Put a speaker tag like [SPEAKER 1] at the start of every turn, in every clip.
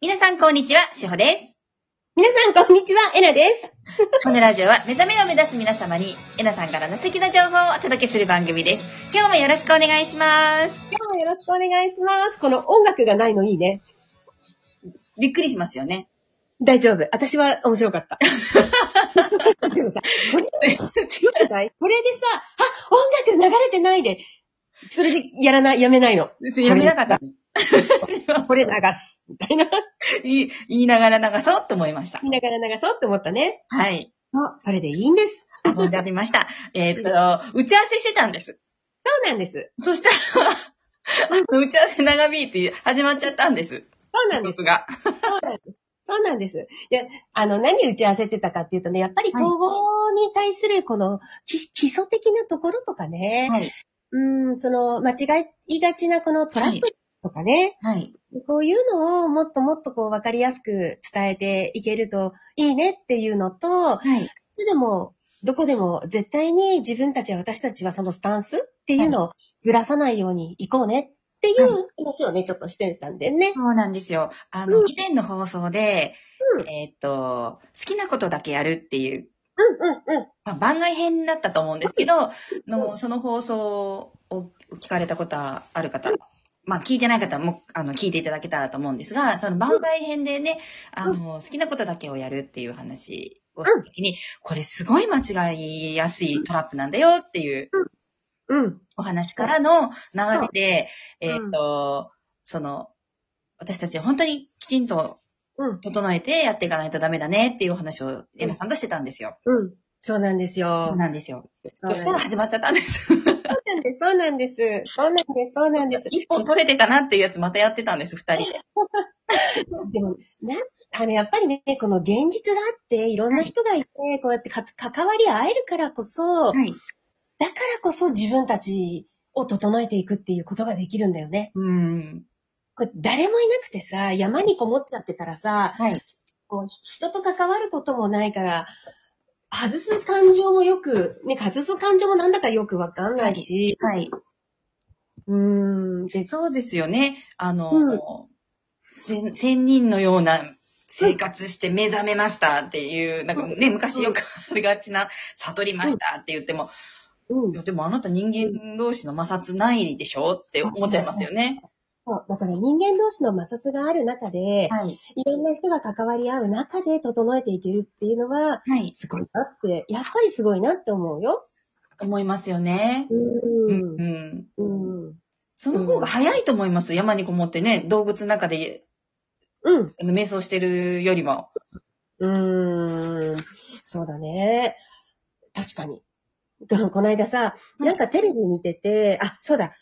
[SPEAKER 1] 皆さん、こんにちは。しほです。
[SPEAKER 2] 皆さん、こんにちは。エナです。
[SPEAKER 1] このラジオは、目覚めを目指す皆様に、えなさんからの素敵な情報をお届けする番組です。今日もよろしくお願いします。
[SPEAKER 2] 今日もよろしくお願いします。この音楽がないのいいね。
[SPEAKER 1] びっくりしますよね。
[SPEAKER 2] 大丈夫。私は面白かった。でもさ、これ、よくないこれでさ、あ、音楽流れてないで。それでやらない、やめないの。
[SPEAKER 1] やめなかった。
[SPEAKER 2] これ流す。みたいな。
[SPEAKER 1] 言い言いながら流そうと思いました。
[SPEAKER 2] 言いながら流そうって思ったね。
[SPEAKER 1] はい。
[SPEAKER 2] あ、それでいいんです。
[SPEAKER 1] 遊んじゃいました。 えーっと、打ち合わせしてたんです。
[SPEAKER 2] そうなんです。
[SPEAKER 1] そしたら、あの打ち合わせ長引いて始まっちゃったんです。
[SPEAKER 2] そうなん
[SPEAKER 1] で
[SPEAKER 2] です。
[SPEAKER 1] すが。
[SPEAKER 2] そうなんです。そうなんです。いや、あの、何打ち合わせてたかっていうとね、やっぱり
[SPEAKER 1] はい
[SPEAKER 2] 統合に対するこの、基基礎的なところとかね、
[SPEAKER 1] はい。
[SPEAKER 2] うん、その、間違いがちなこのトラブルとかね、
[SPEAKER 1] はい。
[SPEAKER 2] こういうのをもっともっとこう分かりやすく伝えていけるといいねっていうのと、い
[SPEAKER 1] はい。
[SPEAKER 2] つでも、どこでも絶対に自分たちは私たちはそのスタンスっていうのをずらさないようにいこうねっていう話をね、ちょっとしてたんでね。
[SPEAKER 1] そうなんですよ。あの、
[SPEAKER 2] うん
[SPEAKER 1] 以前の放送で、
[SPEAKER 2] うん
[SPEAKER 1] えーっと、好きなことだけやるっていう、
[SPEAKER 2] うんうんうん。
[SPEAKER 1] まあ番外編だったと思うんですけど、
[SPEAKER 2] う
[SPEAKER 1] のその放送を聞かれたことある方、まあ聞いてない方も、あの、聞いていただけたらと思うんですが、その番外編でね、あの、好きなことだけをやるっていう話をしたときに、これすごい間違いやすいトラップなんだよっていう
[SPEAKER 2] うん。
[SPEAKER 1] お話からの流れで、
[SPEAKER 2] うん
[SPEAKER 1] えーっと、その、私たち本当にきちんと
[SPEAKER 2] うん。
[SPEAKER 1] 整えてやっていかないとダメだねっていうお話をエナさんとしてたんですよ。
[SPEAKER 2] うん。そうなんですよ。
[SPEAKER 1] そうなんですよ。
[SPEAKER 2] そう
[SPEAKER 1] そ
[SPEAKER 2] な
[SPEAKER 1] したら
[SPEAKER 2] んです
[SPEAKER 1] 始まっちゃったんです。
[SPEAKER 2] そうなんです。そうなんです。そうなんです。
[SPEAKER 1] 一本取れてたなっていうやつまたやってたんです、二人。
[SPEAKER 2] でも、な、あの、やっぱりね、この現実があって、いろんな人がいて、こうやってか関わり合えるからこそ、だか
[SPEAKER 1] い。
[SPEAKER 2] らこそ自分たちを整えていくっていうことができるんだよね。
[SPEAKER 1] うん。
[SPEAKER 2] これ誰もいなくてさ、山にこもっちゃってたらさ、
[SPEAKER 1] はい。
[SPEAKER 2] こう人と関わることもないから、外す感情もよく、ね、外す感情もなんだかよくわかんないし、
[SPEAKER 1] はい。
[SPEAKER 2] うーん、で、
[SPEAKER 1] そうですよね。あの、
[SPEAKER 2] うん
[SPEAKER 1] 千千人のような生活して目覚めましたっていう、なんかね、昔よくありがちな、悟りましたって言っても、
[SPEAKER 2] うん
[SPEAKER 1] いやでもあなた人間同士の摩擦ないでしょって思っちゃいますよね。
[SPEAKER 2] そう、だから人間同士の摩擦がある中で、
[SPEAKER 1] はい。
[SPEAKER 2] いろんな人が関わり合う中で整えていけるっていうのは、
[SPEAKER 1] はい。
[SPEAKER 2] すごいなって、やっぱりすごいなって思うよ。
[SPEAKER 1] 思いますよね。
[SPEAKER 2] うん
[SPEAKER 1] う。ん。
[SPEAKER 2] うん。
[SPEAKER 1] その方が早いと思います。山にこもってね、洞窟の中で
[SPEAKER 2] うん。
[SPEAKER 1] あの瞑想してるよりも。
[SPEAKER 2] うん。そうだね。確かに。でもこの間さ、
[SPEAKER 1] い
[SPEAKER 2] なんかテレビ見てて、あ、そうだ。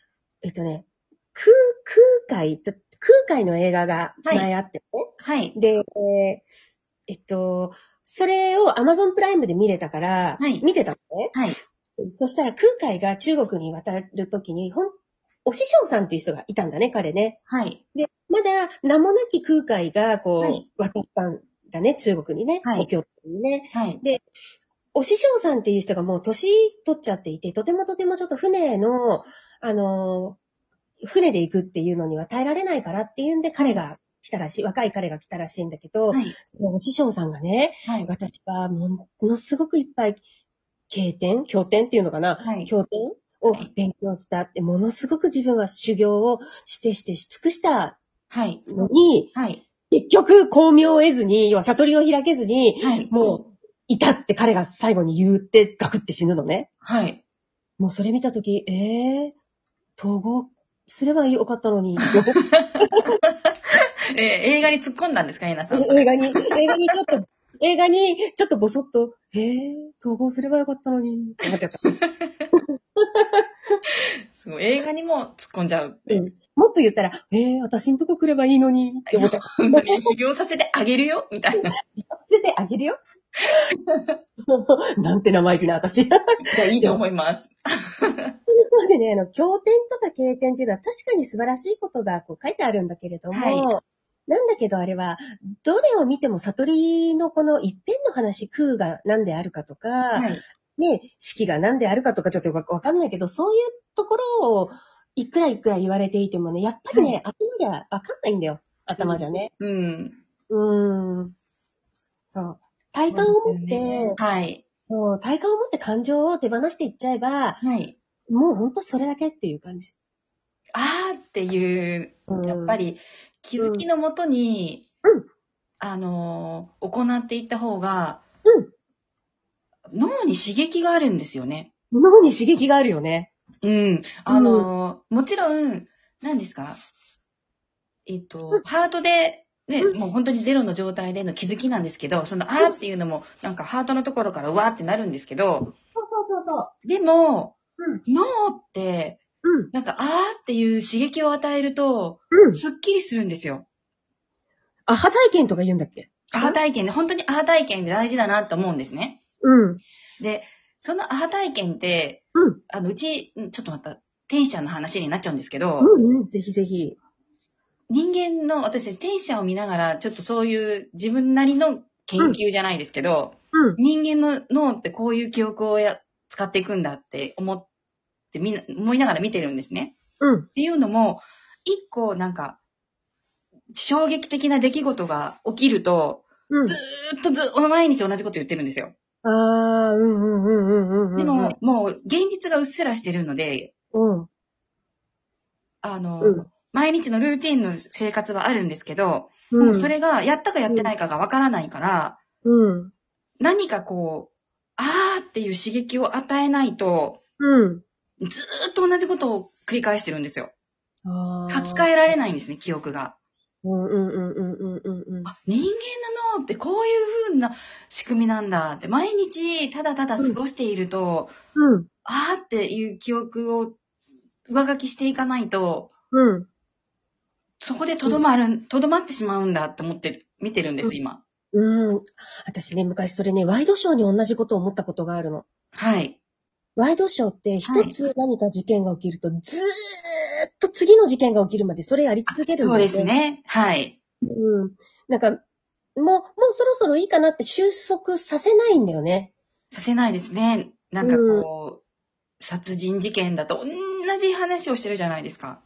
[SPEAKER 2] えっとね、空、空海、ちょ空海の映画が前あってね。
[SPEAKER 1] はい。
[SPEAKER 2] で、えっと、それを Amazon プライムで見れたから、
[SPEAKER 1] はい
[SPEAKER 2] 見てたのね。
[SPEAKER 1] はい。
[SPEAKER 2] そしたら空海が中国に渡るときに、ほん、お師匠さんっていう人がいたんだね、彼ね。
[SPEAKER 1] はい。
[SPEAKER 2] で、まだ名もなき空海が、こう、
[SPEAKER 1] はい
[SPEAKER 2] 渡ったんだね、中国にね。
[SPEAKER 1] はい
[SPEAKER 2] お経にね。
[SPEAKER 1] はい。
[SPEAKER 2] お師匠さんっていう人がもう年取っちゃっていて、とてもとてもちょっと船の、あのー船で行くっていうのには耐えられないからっていうんで、彼が来たらしい、若い彼が来たらしいんだけど、
[SPEAKER 1] はい。
[SPEAKER 2] お師匠さんがね、
[SPEAKER 1] はい。
[SPEAKER 2] 私はものすごくいっぱい、経典経典っていうのかな、
[SPEAKER 1] はい
[SPEAKER 2] 経典を勉強したって、ものすごく自分は修行をしてしてし尽くした
[SPEAKER 1] はい。
[SPEAKER 2] のに、
[SPEAKER 1] はい。
[SPEAKER 2] 結局、巧妙を得ずに、要は悟りを開けずに、
[SPEAKER 1] はい。
[SPEAKER 2] もう、いたって彼が最後に言って、ガクって死ぬのね。
[SPEAKER 1] はい。
[SPEAKER 2] もうそれ見たとき、えー、統合すればよかったのに、
[SPEAKER 1] えー映画に突っ込んだんですか、エナさん。それ
[SPEAKER 2] 映画に、映画にちょっと、映画にちょっとボソッと、えー、統合すればよかったのに、って思っちゃった。
[SPEAKER 1] すごい。映画にも突っ込んじゃう。
[SPEAKER 2] うん。もっと言ったら、えー、私んとこ来ればいいのに、って思っちゃった。
[SPEAKER 1] 本当に修行させてあげるよみたいな。
[SPEAKER 2] 捨ててあげるよ。 なんて生意気な私。
[SPEAKER 1] いや、いいと思います。
[SPEAKER 2] そうでね、あの、経典とか経典っていうのは確かに素晴らしいことがこう書いてあるんだけれども、
[SPEAKER 1] は
[SPEAKER 2] なんだけどあれは、どれを見ても悟りのこの一辺の話、空が何であるかとか、
[SPEAKER 1] はい。
[SPEAKER 2] ね、式が何であるかとかちょっとわわかんないけど、そういうところをいくらいくら言われていてもね、やっぱりね、頭ではわかんないんだよ。頭じゃね。
[SPEAKER 1] うん。
[SPEAKER 2] うん。そう。体感を持って、
[SPEAKER 1] はい。
[SPEAKER 2] もう体感を持って感情を手放していっちゃえば、
[SPEAKER 1] はい。
[SPEAKER 2] もうほんとそれだけっていう感じ。
[SPEAKER 1] あーっていう、
[SPEAKER 2] うん
[SPEAKER 1] やっぱ。り気づきのもとに、
[SPEAKER 2] うん
[SPEAKER 1] あのー行っていった方が、
[SPEAKER 2] うん
[SPEAKER 1] 脳に刺激があるんですよね。
[SPEAKER 2] 脳に刺激があるよね。
[SPEAKER 1] うん。あのーもちろん、何ですかえっと、ハートで、ね、
[SPEAKER 2] う
[SPEAKER 1] もう本当にゼロの状態での気づきなんですけど、そのあーっていうのも、なんかハートのところからうわーってなるんですけど、
[SPEAKER 2] そうそうそうそう。
[SPEAKER 1] でも、
[SPEAKER 2] うん。
[SPEAKER 1] 脳って、なんかあーっていう刺激を与えると、
[SPEAKER 2] うん。うん。
[SPEAKER 1] すっきりするんですよ。
[SPEAKER 2] アハ体験とか言うんだっけ
[SPEAKER 1] アハ体験で、本当にアハ体験って大事だなと思うんですね。
[SPEAKER 2] うん。
[SPEAKER 1] で、そのアハ体験って、
[SPEAKER 2] うん。
[SPEAKER 1] あの、うち、んちょっとまた、天使ちゃんの話になっちゃうんですけど、
[SPEAKER 2] うんうん。ぜひぜひ。
[SPEAKER 1] 人間の、私、天使ちゃんを見ながら、ちょっとそういう自分なりの研究じゃないですけど、
[SPEAKER 2] うん。
[SPEAKER 1] 人間の脳ってこういう記憶をや使っていくんだって思って、みんな、思いながら見てるんですね。
[SPEAKER 2] うん。
[SPEAKER 1] っていうのも、一個なんか、衝撃的な出来事が起きると、
[SPEAKER 2] うん。
[SPEAKER 1] ずっとず、毎日同じこと言ってるんですよ。
[SPEAKER 2] ああ、うんうんうんうんうんうん。
[SPEAKER 1] でも、、もう、現実がうっすらしてるので、
[SPEAKER 2] うん。
[SPEAKER 1] あの、
[SPEAKER 2] うん
[SPEAKER 1] 毎日のルーティンの生活はあるんですけど、
[SPEAKER 2] う
[SPEAKER 1] も
[SPEAKER 2] ん。
[SPEAKER 1] うそ、れが、やったかやってないかがわからないから、
[SPEAKER 2] うん。
[SPEAKER 1] 何かこう、あーっていう刺激を与えないと、
[SPEAKER 2] うん。
[SPEAKER 1] ずーっと同じことを繰り返してるんですよ。
[SPEAKER 2] あ
[SPEAKER 1] 書き換
[SPEAKER 2] え。
[SPEAKER 1] えられないんですね、記憶が。
[SPEAKER 2] うんうんうんうんうんうんうん。
[SPEAKER 1] あ人間の脳ってこういう風な仕組みなんだって、毎日ただただ過ごしていると、
[SPEAKER 2] うん。
[SPEAKER 1] あーっていう記憶を上書きしていかないと、
[SPEAKER 2] うん。
[SPEAKER 1] そこでとどまる、とどまってしまうんだって思って、見てるんです、今。
[SPEAKER 2] うん。私ね、昔それね、ワイドショーに同じことを思ったことがあるの。
[SPEAKER 1] はい。
[SPEAKER 2] ワイドショーって一つ何か事件が起きると、ずーっと次の事件が起きるまでそれやり続けるんだ
[SPEAKER 1] そ
[SPEAKER 2] よ
[SPEAKER 1] うです。ね。はい。
[SPEAKER 2] うん。なんか、もう、もうそろそろいいかなって収束させないんだよね。
[SPEAKER 1] させないですね。なんかこう、殺人事件だと同じ話をしてるじゃないですか。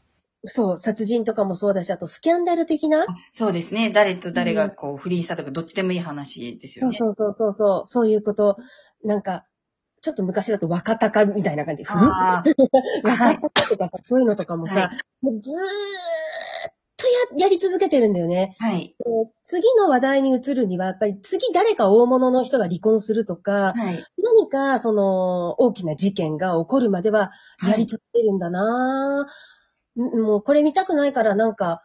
[SPEAKER 2] そう、殺人とかもそうだし、あとスキャンダル的な。
[SPEAKER 1] そうですね。誰と誰
[SPEAKER 2] う
[SPEAKER 1] が
[SPEAKER 2] ん
[SPEAKER 1] こう、不倫したとか、どっちでもいい話ですよ
[SPEAKER 2] そう
[SPEAKER 1] ね。
[SPEAKER 2] そうそうそうそう、そういうこと。なんか、ちょっと昔だと若鷹みたいな感じ。古い
[SPEAKER 1] あーは
[SPEAKER 2] 若
[SPEAKER 1] い
[SPEAKER 2] 鷹とかさ、そういうのとかもさ、
[SPEAKER 1] は
[SPEAKER 2] もうずーっとや、やり続けてるんだよね。
[SPEAKER 1] はい。
[SPEAKER 2] で次の話題に移るには、やっぱり次誰か大物の人が離婚するとか、
[SPEAKER 1] はい。
[SPEAKER 2] 何かその大きな事件が起こるまでは
[SPEAKER 1] はい
[SPEAKER 2] やり続けるんだなぁ、んもうこれ見たくないからなんか、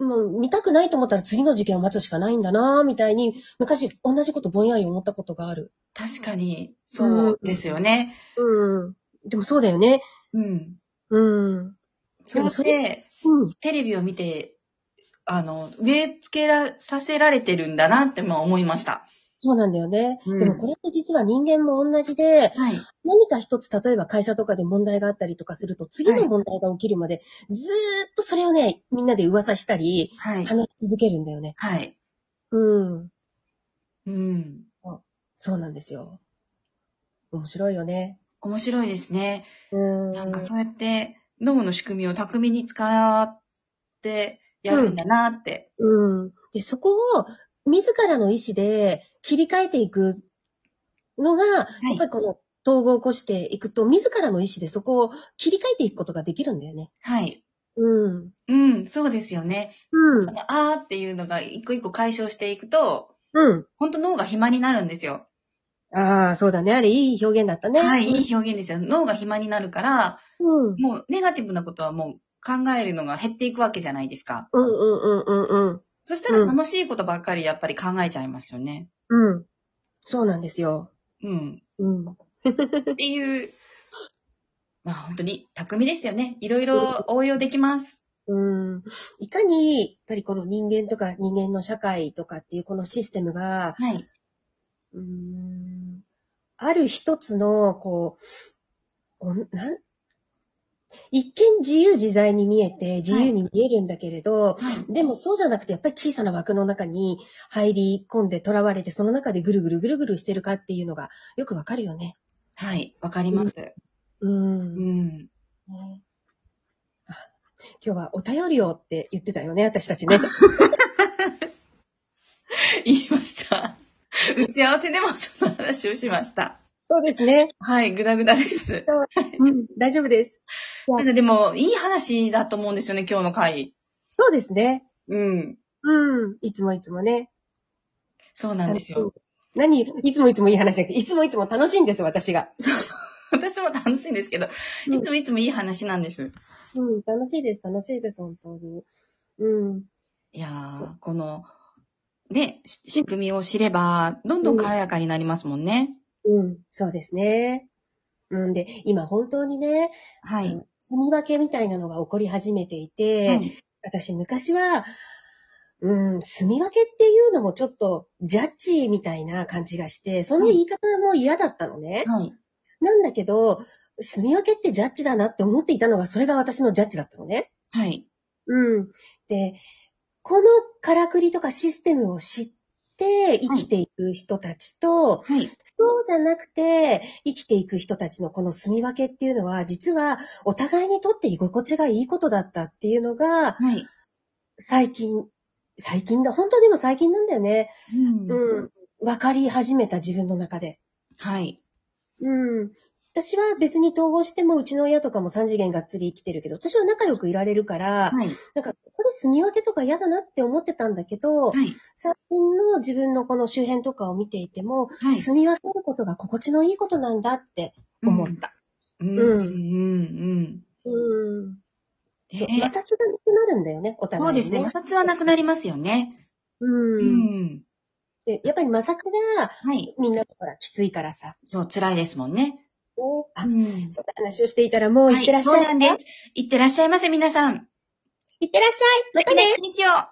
[SPEAKER 2] もう見たくないと思ったら次の事件を待つしかないんだなぁみたいに、昔同じことぼんやり思ったことがある。
[SPEAKER 1] 確かに、そうですよね。
[SPEAKER 2] うん。でもそうだよね。
[SPEAKER 1] うん。
[SPEAKER 2] うん。
[SPEAKER 1] そ
[SPEAKER 2] でも
[SPEAKER 1] う
[SPEAKER 2] そ
[SPEAKER 1] で、
[SPEAKER 2] うん。
[SPEAKER 1] テレビを見て、あの、植え付けら、させられてるんだなって、まあ思いました。
[SPEAKER 2] そうなんだよね。
[SPEAKER 1] うん
[SPEAKER 2] でもこれって実は人間も同じで、
[SPEAKER 1] はい。
[SPEAKER 2] 何か一つ、例えば会社とかで問題があったりとかすると、次の問題が起きるまで、ずーっとそれをね、みんなで噂したり、
[SPEAKER 1] はい。
[SPEAKER 2] 話し続けるんだよね。
[SPEAKER 1] はい。
[SPEAKER 2] うん。
[SPEAKER 1] うん。
[SPEAKER 2] そうなんですよ。面白いよね。
[SPEAKER 1] 面白いですね。
[SPEAKER 2] うん。
[SPEAKER 1] なんかそうやって脳の仕組みを巧みに使ってやるんだなって。
[SPEAKER 2] うん。で、そこを自らの意思で切り替えていくのが、やっ
[SPEAKER 1] い
[SPEAKER 2] ぱりこの統合を起こしていくと、自らの意思でそこを切り替えていくことができるんだよね。
[SPEAKER 1] はい。
[SPEAKER 2] うん。
[SPEAKER 1] うん、そうですよね。
[SPEAKER 2] うん
[SPEAKER 1] そ。のあーっていうのが一個一個解消していくと、
[SPEAKER 2] う
[SPEAKER 1] ほんと脳が暇になるんですよ。
[SPEAKER 2] ん。ああ、そうだね。あれ、いい表現だったね。
[SPEAKER 1] はい、いい表現ですよ。脳が暇になるから、
[SPEAKER 2] うん。
[SPEAKER 1] もうネガティブなことはもう考えるのが減っていくわけじゃないですか。
[SPEAKER 2] うんうんうんうんうん。
[SPEAKER 1] そしたら
[SPEAKER 2] うん
[SPEAKER 1] 楽しいことばっかりやっぱり考えちゃいますよね。
[SPEAKER 2] うん。そうなんですよ。
[SPEAKER 1] うん。
[SPEAKER 2] うん。
[SPEAKER 1] っていう、まあ本当に巧みですよね。いろいろ応用できます。
[SPEAKER 2] うん。いかに、やっぱりこの人間とか人間の社会とかっていうこのシステムが、
[SPEAKER 1] はい。
[SPEAKER 2] うん、ある一つの、こう、おんなん一見自由自在に見えて、自由に見えるんだけれど、
[SPEAKER 1] はい。
[SPEAKER 2] でもそうじゃなくて、やっぱり小さな枠の中に入り込んで囚われて、その中でぐるぐるぐるぐるしてるかっていうのがよくわかるよね。
[SPEAKER 1] はい、わかります。
[SPEAKER 2] うん
[SPEAKER 1] うん。
[SPEAKER 2] ねあ今日はお便りをって言ってたよね、私たち ね。
[SPEAKER 1] 言いました。 打ち合わせでもその話をしました。
[SPEAKER 2] そうですね。
[SPEAKER 1] はい、ぐだぐだです。
[SPEAKER 2] うん、大丈夫です。
[SPEAKER 1] なんかでも、いい話だと思うんですよね、今日の回。
[SPEAKER 2] そうですね。
[SPEAKER 1] うん。
[SPEAKER 2] うん、いつもいつもね。
[SPEAKER 1] そうなんですよ。
[SPEAKER 2] 何、いつもいつもいい話じゃなくて、いつもいつも楽しいんです、私が。
[SPEAKER 1] 私も楽しいんですけど、
[SPEAKER 2] うん
[SPEAKER 1] いつもいつもいい話なんです。
[SPEAKER 2] うん、楽しいです、楽しいです、本当に。うん。
[SPEAKER 1] いやー、この、ね、し仕組みを知れば、どんどん軽やかになりますもんね。
[SPEAKER 2] うん、そうですね。うんで、今本当にね、
[SPEAKER 1] は
[SPEAKER 2] う
[SPEAKER 1] い。
[SPEAKER 2] ん住み分けみたいなのが起こり始めていて、
[SPEAKER 1] はい
[SPEAKER 2] 私昔は、うん、住み分けっていうのもちょっとジャッジみたいな感じがして、その言い方も嫌だったのね。
[SPEAKER 1] はい。
[SPEAKER 2] なんだけど、住み分けってジャッジだなって思っていたのが、それが私のジャッジだったのね。
[SPEAKER 1] はい。
[SPEAKER 2] うん。で、このからくりとかシステムを知って生きていく人たちと、
[SPEAKER 1] はい。
[SPEAKER 2] そうじゃなくて、生きていく人たちのこの住み分けっていうのは、実はお互いにとって居心地がいいことだったっていうのが、
[SPEAKER 1] はい。
[SPEAKER 2] 最近、最近だ、本当でも最近なんだよね。
[SPEAKER 1] うん。
[SPEAKER 2] うん。分かり始めた自分の中で。
[SPEAKER 1] はい。
[SPEAKER 2] うん。私は別に統合しても、うちの親とかも3次元がっつり生きてるけど、私は仲良くいられるから、
[SPEAKER 1] はい。
[SPEAKER 2] なんか、これ住み分けとか嫌だなって思ってたんだけど、
[SPEAKER 1] はい。
[SPEAKER 2] 最近の自分のこの周辺とかを見ていても、
[SPEAKER 1] はい。
[SPEAKER 2] 住み分けることが心地のいいことなんだって思った。
[SPEAKER 1] うん。うん。
[SPEAKER 2] うん
[SPEAKER 1] うん。
[SPEAKER 2] うん。
[SPEAKER 1] え
[SPEAKER 2] 摩擦がなくなるんだよね、お
[SPEAKER 1] そ
[SPEAKER 2] 互
[SPEAKER 1] う
[SPEAKER 2] いに、
[SPEAKER 1] ですね。摩擦はなくなりますよね。
[SPEAKER 2] うん
[SPEAKER 1] う、ん。
[SPEAKER 2] で。やっぱり摩擦が
[SPEAKER 1] はい。
[SPEAKER 2] みんなほらきついからさ。
[SPEAKER 1] そう、辛いですもんね。
[SPEAKER 2] あ、
[SPEAKER 1] ん
[SPEAKER 2] そんな話をしていたらもう
[SPEAKER 1] はい
[SPEAKER 2] ってらっしゃい。
[SPEAKER 1] そうなんです。いってらっしゃいませ、皆さん。
[SPEAKER 2] いってらっしゃい。またね
[SPEAKER 1] 素敵な一日を。